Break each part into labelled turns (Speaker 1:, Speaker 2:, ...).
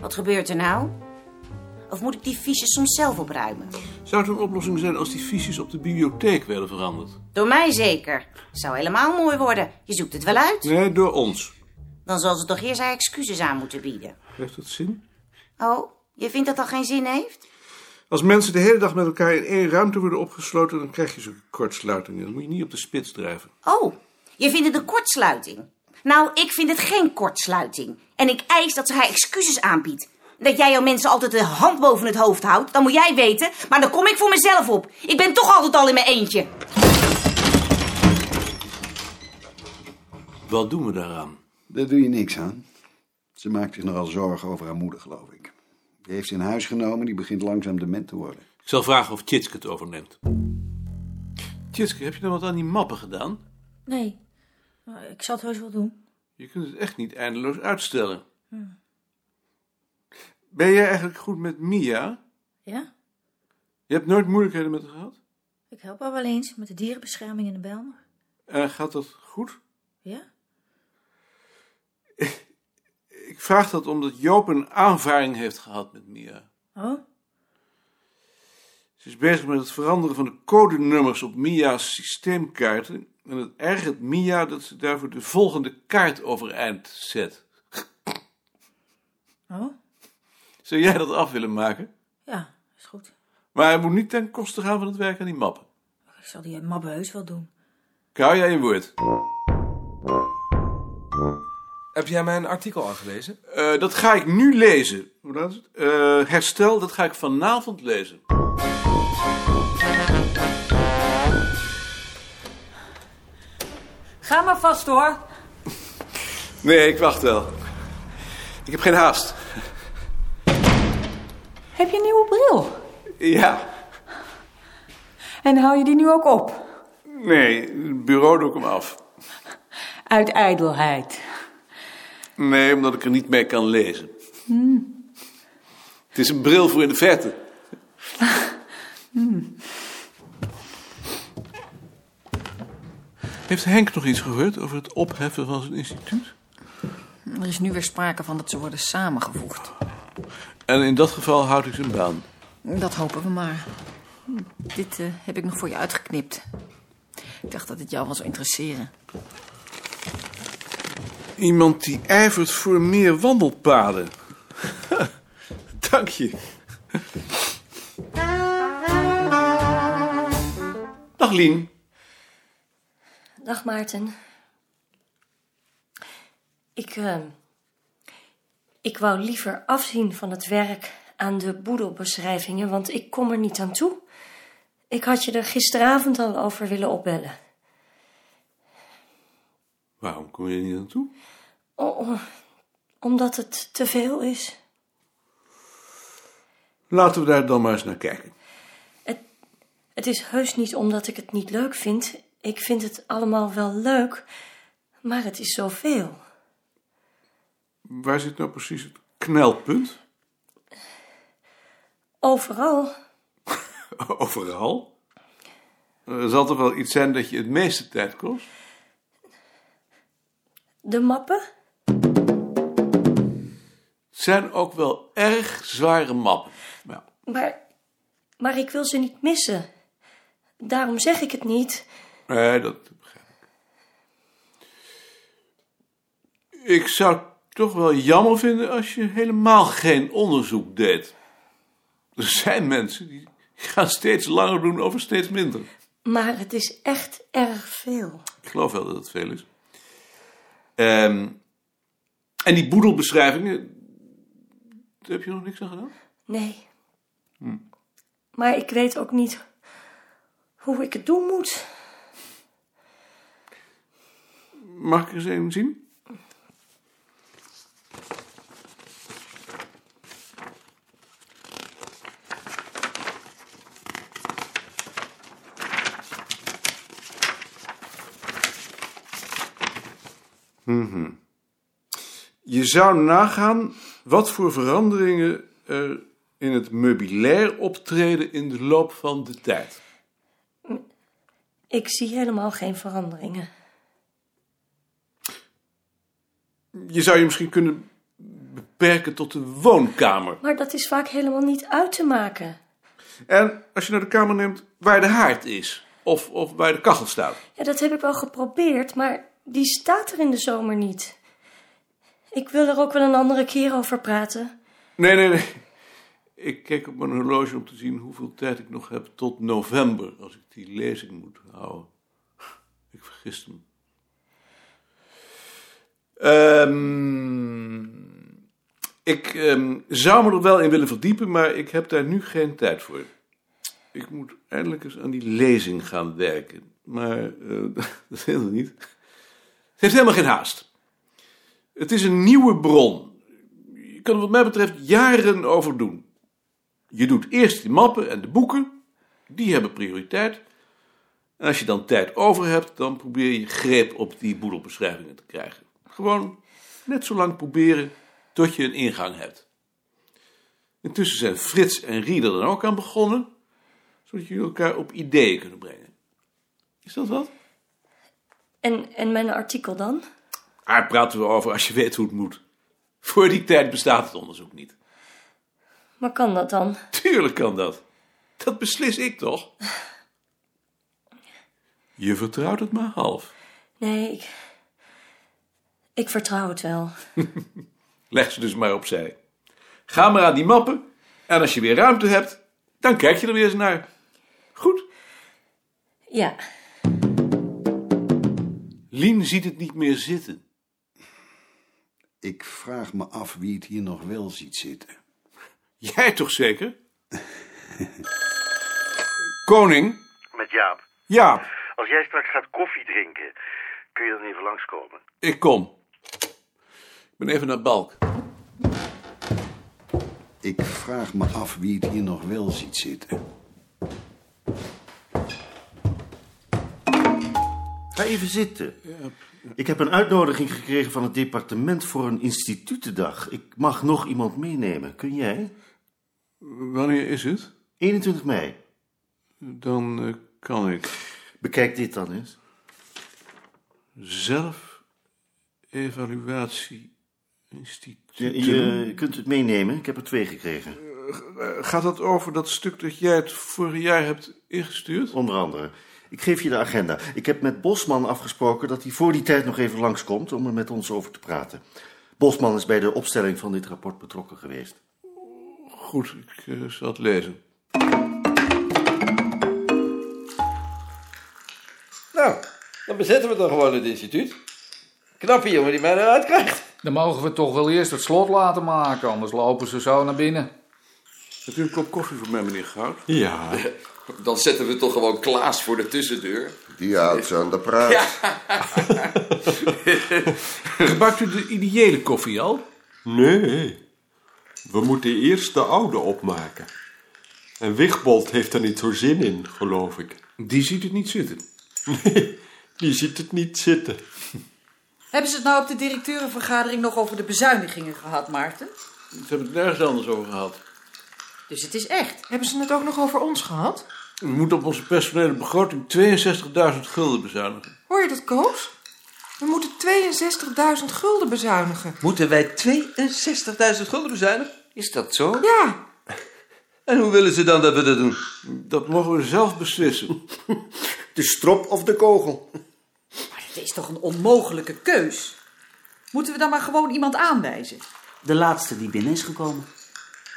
Speaker 1: Wat gebeurt er nou? Of moet ik die fiches soms zelf opruimen?
Speaker 2: Zou het een oplossing zijn als die fiches op de bibliotheek werden veranderd?
Speaker 1: Door mij zeker. Zou helemaal mooi worden. Je zoekt het wel uit.
Speaker 2: Nee, door ons.
Speaker 1: Dan zal ze toch eerst haar excuses aan moeten bieden.
Speaker 2: Heeft dat zin?
Speaker 1: Oh, je vindt dat dat geen zin heeft?
Speaker 2: Als mensen de hele dag met elkaar in één ruimte worden opgesloten, dan krijg je zo'n kortsluiting. Dan moet je niet op de spits drijven.
Speaker 1: Oh, je vindt het een kortsluiting. Nou, ik vind het geen kortsluiting. En ik eis dat ze haar excuses aanbiedt. Dat jij jouw mensen altijd de hand boven het hoofd houdt, dan moet jij weten. Maar dan kom ik voor mezelf op. Ik ben toch altijd al in mijn eentje.
Speaker 2: Wat doen we daaraan?
Speaker 3: Daar doe je niks aan. Ze maakt zich nogal zorgen over haar moeder, geloof ik. Die heeft ze in huis genomen, die begint langzaam dement te worden.
Speaker 2: Ik zal vragen of Tjitske het overneemt. Tjitske, heb je nou wat aan die mappen gedaan?
Speaker 4: Nee, maar ik zal het heus wel doen.
Speaker 2: Je kunt het echt niet eindeloos uitstellen. Ben jij eigenlijk goed met Mia?
Speaker 4: Ja?
Speaker 2: Je hebt nooit moeilijkheden met haar gehad?
Speaker 4: Ik help haar wel eens met de dierenbescherming in de Bijlmer.
Speaker 2: En Eh, gaat dat goed?
Speaker 4: Ja?
Speaker 2: Ik vraag dat omdat Joop een aanvaring heeft gehad met Mia.
Speaker 4: Oh?
Speaker 2: Ze is bezig met het veranderen van de codenummers op Mia's systeemkaarten. En het ergert Mia dat ze daarvoor de volgende kaart overeind zet.
Speaker 4: Oh?
Speaker 2: Zou jij dat af willen maken?
Speaker 4: Ja, is goed.
Speaker 2: Maar hij moet niet ten koste gaan van het werk aan die mappen.
Speaker 4: Ik zal die mabbe heus wel doen.
Speaker 2: Kou jij je woord?
Speaker 5: Heb jij mijn artikel aangelezen?
Speaker 2: Eh, dat ga ik nu lezen. Hoe laat is het? Eh, herstel, dat ga ik vanavond lezen.
Speaker 6: Ga maar vast hoor.
Speaker 2: Nee, ik wacht wel. Ik heb geen haast.
Speaker 6: Heb je een nieuwe bril?
Speaker 2: Ja,
Speaker 6: En hou je die nu ook op?
Speaker 2: nee, het bureau doe ik hem af.
Speaker 6: Uit ijdelheid.
Speaker 2: Nee, omdat ik er niet meer kan lezen. Het is een bril voor in de verte. Heeft Henk nog iets gehoord over het opheffen van zijn instituut?
Speaker 7: Er is nu weer sprake van dat ze worden samengevoegd.
Speaker 2: En in dat geval houd ik zijn baan.
Speaker 7: Dat hopen we maar. Dit eh, heb ik nog voor je uitgeknipt. Ik dacht dat het jou wel zou interesseren.
Speaker 2: Iemand die ijvert voor meer wandelpaden. Dank je. Dag Lien.
Speaker 8: Dag Maarten. Ik, eh, ik wou liever afzien van het werk aan de boedelbeschrijvingen, want ik kom er niet aan toe. Ik had je er gisteravond al over willen opbellen.
Speaker 2: Waarom kom je er niet aan toe?
Speaker 8: O- omdat het te veel is.
Speaker 2: Laten we daar dan maar eens naar kijken.
Speaker 8: Het is heus niet omdat ik het niet leuk vind. Ik vind het allemaal wel leuk, maar het is zoveel.
Speaker 2: Waar zit nou precies het knelpunt?
Speaker 8: Overal
Speaker 2: Overal. Eh, Er zal toch wel iets zijn dat je het meeste tijd kost?
Speaker 8: de mappen.
Speaker 2: Het zijn ook wel erg zware mappen. Ja.
Speaker 8: Maar, maar ik wil ze niet missen. Daarom zeg ik het niet.
Speaker 2: Nee, Eh, dat begrijp ik. Ik zou het toch wel jammer vinden als je helemaal geen onderzoek deed. Er zijn mensen die gaan steeds langer doen over steeds minder.
Speaker 8: Maar het is echt erg veel.
Speaker 2: Ik geloof wel dat het veel is. Ehm, en die boedelbeschrijvingen, daar heb je nog niks aan gedaan?
Speaker 8: Nee. Maar ik weet ook niet hoe ik het doen moet.
Speaker 2: Mag ik er eens een zien? Mhm. Je zou nagaan wat voor veranderingen er in het meubilair optreden in de loop van de tijd.
Speaker 8: Ik zie helemaal geen veranderingen.
Speaker 2: Je zou je misschien kunnen beperken tot de woonkamer.
Speaker 8: Maar dat is vaak helemaal niet uit te maken.
Speaker 2: En als je naar de kamer neemt waar de haard is. Of, of waar de kachel staat.
Speaker 8: Ja, dat heb ik wel geprobeerd, maar die staat er in de zomer niet. Ik wil er ook wel een andere keer over praten.
Speaker 2: Nee, nee, nee. Ik kijk op mijn horloge om te zien hoeveel tijd ik nog heb tot november. Als ik die lezing moet houden. Ik vergis hem. Ehm, ik ehm, zou me er wel in willen verdiepen, maar ik heb daar nu geen tijd voor. Ik moet eindelijk eens aan die lezing gaan werken. Maar eh, dat helemaal niet. Het heeft helemaal geen haast. Het is een nieuwe bron. Je kan er wat mij betreft jaren over doen. Je doet eerst die mappen en de boeken. Die hebben prioriteit. En als je dan tijd over hebt, dan probeer je greep op die boedelbeschrijvingen te krijgen. Gewoon net zo lang proberen tot je een ingang hebt. Intussen zijn Frits en Rieder er ook aan begonnen, zodat jullie elkaar op ideeën kunnen brengen. Is dat wat?
Speaker 8: En, en mijn artikel dan?
Speaker 2: Daar praten we over als je weet hoe het moet. Voor die tijd bestaat het onderzoek niet.
Speaker 8: Maar kan dat dan?
Speaker 2: Tuurlijk kan dat. Dat beslis ik toch? Je vertrouwt het maar half.
Speaker 8: Nee, ik, ik vertrouw het wel.
Speaker 2: Leg ze dus maar opzij. Ga maar aan die mappen. En als je weer ruimte hebt, dan kijk je er weer eens naar. Goed.
Speaker 8: Ja,
Speaker 2: Lien ziet het niet meer zitten.
Speaker 3: Ik vraag me af wie het hier nog wel ziet zitten.
Speaker 2: Jij toch zeker? Koning?
Speaker 9: Met Jaap.
Speaker 2: Ja,
Speaker 9: Als jij straks gaat koffie drinken, kun je dan even langskomen.
Speaker 2: ik kom. Ik ben even naar Balk.
Speaker 3: Ik vraag me af wie het hier nog wel ziet zitten.
Speaker 9: Ga even zitten. Ik heb een uitnodiging gekregen van het departement voor een institutendag. Ik mag nog iemand meenemen. Kun jij?
Speaker 2: Wanneer is het?
Speaker 9: 21 mei.
Speaker 2: Dan eh, kan ik
Speaker 9: Bekijk dit dan eens.
Speaker 2: zelf evaluatie
Speaker 9: Je,
Speaker 2: instituut.
Speaker 9: je kunt het meenemen. Ik heb er twee gekregen.
Speaker 2: Gaat dat over dat stuk dat jij het vorig jaar hebt ingestuurd?
Speaker 9: Onder andere. Ik geef je de agenda. Ik heb met Bosman afgesproken dat hij voor die tijd nog even langskomt om er met ons over te praten. Bosman is bij de opstelling van dit rapport betrokken geweest.
Speaker 2: Goed, ik eh, zal het lezen.
Speaker 10: Nou, dan bezetten we dan gewoon het instituut. Knappe jongen die mij eruit krijgt.
Speaker 11: Dan mogen we toch wel eerst het slot laten maken, anders lopen ze zo naar binnen.
Speaker 2: Hebt u een kop koffie voor mij, meneer Goud?
Speaker 12: Ja.
Speaker 10: Dan zetten we toch gewoon Klaas voor de tussendeur.
Speaker 13: Die houdt ze aan de praat.
Speaker 2: Gebruikt u de ideële koffie al?
Speaker 12: Nee. We moeten eerst de oude opmaken. En Wigbold heeft er niet zo zin in, geloof ik.
Speaker 2: Die ziet het niet zitten.
Speaker 12: Nee, die ziet het niet zitten.
Speaker 14: Hebben ze het nou op de directeurenvergadering nog over de bezuinigingen gehad, Maarten?
Speaker 2: Ze hebben het nergens anders over gehad.
Speaker 14: Dus het is echt.
Speaker 15: Hebben ze het ook nog over ons gehad?
Speaker 2: We moeten op onze personele begroting 62.000 gulden bezuinigen.
Speaker 15: Hoor je dat, Koos? We moeten 62.000 gulden bezuinigen.
Speaker 10: Moeten wij 62.000 gulden bezuinigen? Is dat zo?
Speaker 15: Ja,
Speaker 10: En hoe willen ze dan dat we dat doen?
Speaker 2: Dat mogen we zelf beslissen.
Speaker 10: De strop of de kogel?
Speaker 14: Het is toch een onmogelijke keus? Moeten we dan maar gewoon iemand aanwijzen?
Speaker 16: De laatste die binnen is gekomen.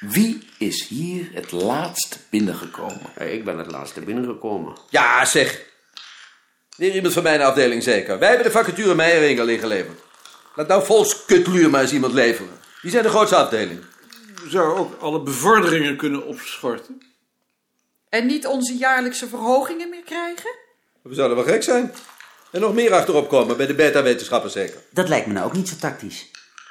Speaker 17: Wie is hier het laatst binnengekomen? ik ben het laatste binnengekomen.
Speaker 10: Ja, zeg. Weer iemand van mijn afdeling zeker. Wij hebben de vacature Meijering al ingeleverd. Laat nou volkskutluur maar eens iemand leveren. Die zijn de grootste afdeling.
Speaker 2: We zouden ook alle bevorderingen kunnen opschorten.
Speaker 14: En niet onze jaarlijkse verhogingen meer krijgen?
Speaker 10: We zouden wel gek zijn. En nog meer achterop komen, bij de beta-wetenschappers zeker.
Speaker 16: Dat lijkt me nou ook niet zo tactisch.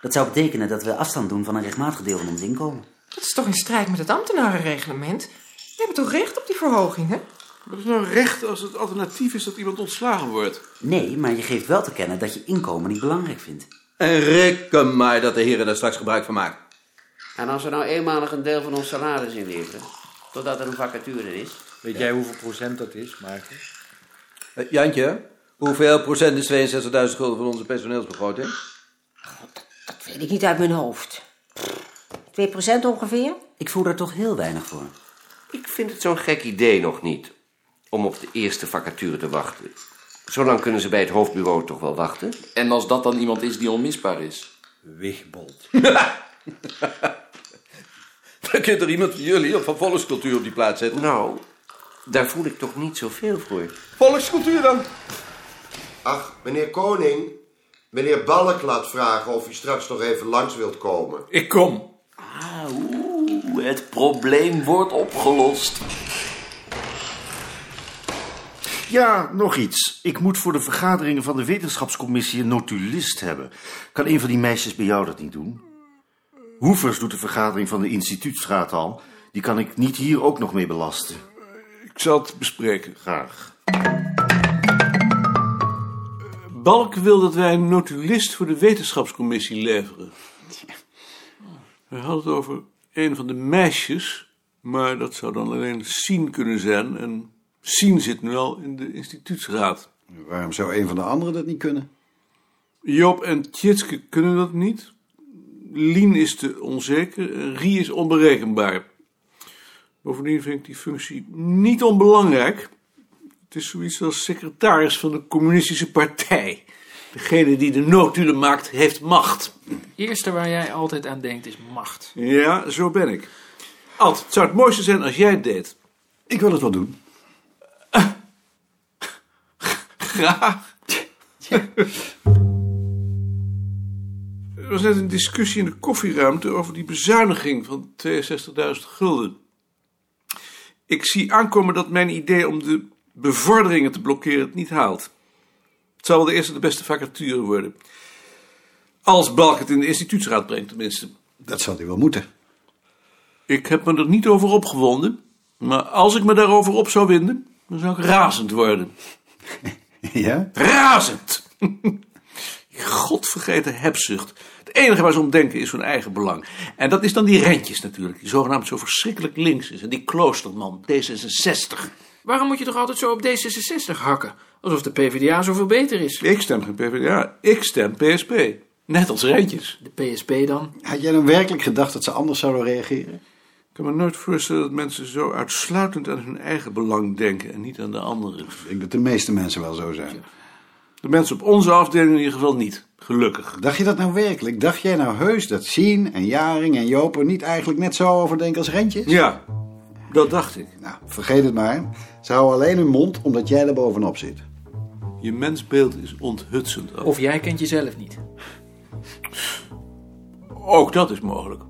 Speaker 16: Dat zou betekenen dat we afstand doen van een rechtmatig deel van ons inkomen.
Speaker 15: dat is toch in strijd met het ambtenarenreglement? We hebben toch recht op die verhoging, hè?
Speaker 2: Maar dat is nou recht als het alternatief is dat iemand ontslagen wordt.
Speaker 16: Nee, maar je geeft wel te kennen dat je inkomen niet belangrijk vindt.
Speaker 10: En reken maar dat de heren daar straks gebruik van maken.
Speaker 17: En als we nou eenmalig een deel van ons salaris inleveren, totdat er een vacature is.
Speaker 18: Weet jij hoeveel procent dat is, Maarten?
Speaker 10: Eh, Jantje, hoeveel procent is 62.000 gulden van onze personeelsbegroting?
Speaker 1: Dat
Speaker 14: Weet ik niet uit mijn hoofd. 2% ongeveer?
Speaker 19: Ik voel daar toch heel weinig voor.
Speaker 20: Ik vind het zo'n gek idee nog niet. Om op de eerste vacature te wachten. Zolang kunnen ze bij het hoofdbureau toch wel wachten.
Speaker 21: En als dat dan iemand is die onmisbaar is?
Speaker 20: Wigbold. Dan kunt er iemand van jullie of van volkscultuur op die plaats zetten. Nou, daar voel ik toch niet zoveel voor.
Speaker 22: Volkscultuur dan.
Speaker 12: Ach, meneer Koning. Meneer Balk laat vragen of u straks nog even langs wilt komen.
Speaker 22: Ik kom.
Speaker 21: Oeh, het probleem wordt opgelost.
Speaker 8: Ja, nog iets. Ik moet voor de vergaderingen van de wetenschapscommissie een notulist hebben. Kan een van die meisjes bij jou dat niet doen? Hoevers doet de vergadering van de instituutsraad al. Die kan ik niet hier ook nog mee belasten.
Speaker 2: Ik zal het bespreken.
Speaker 8: Graag.
Speaker 2: Balk wil dat wij een notulist voor de wetenschapscommissie leveren. Hij had het over een van de meisjes, maar dat zou dan alleen Sien kunnen zijn. En Sien zit nu al in de instituutsraad.
Speaker 3: Waarom zou een van de anderen dat niet kunnen?
Speaker 2: Job en Tjitske kunnen dat niet. Lien is te onzeker en Rie is onberekenbaar. Bovendien vind ik die functie niet onbelangrijk. Het is zoiets als secretaris van de communistische partij. Degene die de noodhulen maakt, heeft macht.
Speaker 10: Het eerste waar jij altijd aan denkt is macht.
Speaker 2: Ja, zo ben ik. Ad, het zou het mooiste zijn als jij het deed.
Speaker 3: Ik wil het wel doen.
Speaker 2: Graag. Er was net een discussie in de koffieruimte over die bezuiniging van 62.000 gulden. Ik zie aankomen dat mijn idee om de bevorderingen te blokkeren het niet haalt. Het zal wel de eerste de beste vacature worden. Als Balk het in de instituutsraad brengt, tenminste.
Speaker 3: Dat zal hij wel moeten.
Speaker 2: Ik heb me er niet over opgewonden. Maar als ik me daarover op zou winden, dan zou ik razend worden.
Speaker 3: Ja?
Speaker 2: Razend! Die Godvergeten hebzucht. Het enige waar ze om denken is hun eigen belang. En dat is dan die rentjes natuurlijk, die zogenaamd zo verschrikkelijk links is. En die kloosterman, D66.
Speaker 10: Waarom moet je toch altijd zo op D66 hakken? Alsof de PvdA zoveel beter is.
Speaker 2: Ik stem geen PvdA, ik stem PSP. Net als Rentjes.
Speaker 10: De PSP dan?
Speaker 3: Had jij dan werkelijk gedacht dat ze anders zouden reageren?
Speaker 2: Ik kan me nooit voorstellen dat mensen zo uitsluitend aan hun eigen belang denken en niet aan de anderen.
Speaker 3: Ik denk dat de meeste mensen wel zo zijn.
Speaker 2: De mensen op onze afdeling in ieder geval niet. Gelukkig.
Speaker 3: Dacht je dat nou werkelijk? Dacht jij nou heus dat Sien en Jaring en Joop er niet eigenlijk net zo over denken als Rentjes?
Speaker 2: Ja, dat dacht ik.
Speaker 3: Nou, vergeet het maar. Ze houden alleen hun mond omdat jij er bovenop zit.
Speaker 2: Je mensbeeld is onthutsend. Ad.
Speaker 10: Of jij kent jezelf niet.
Speaker 2: Ook dat is mogelijk.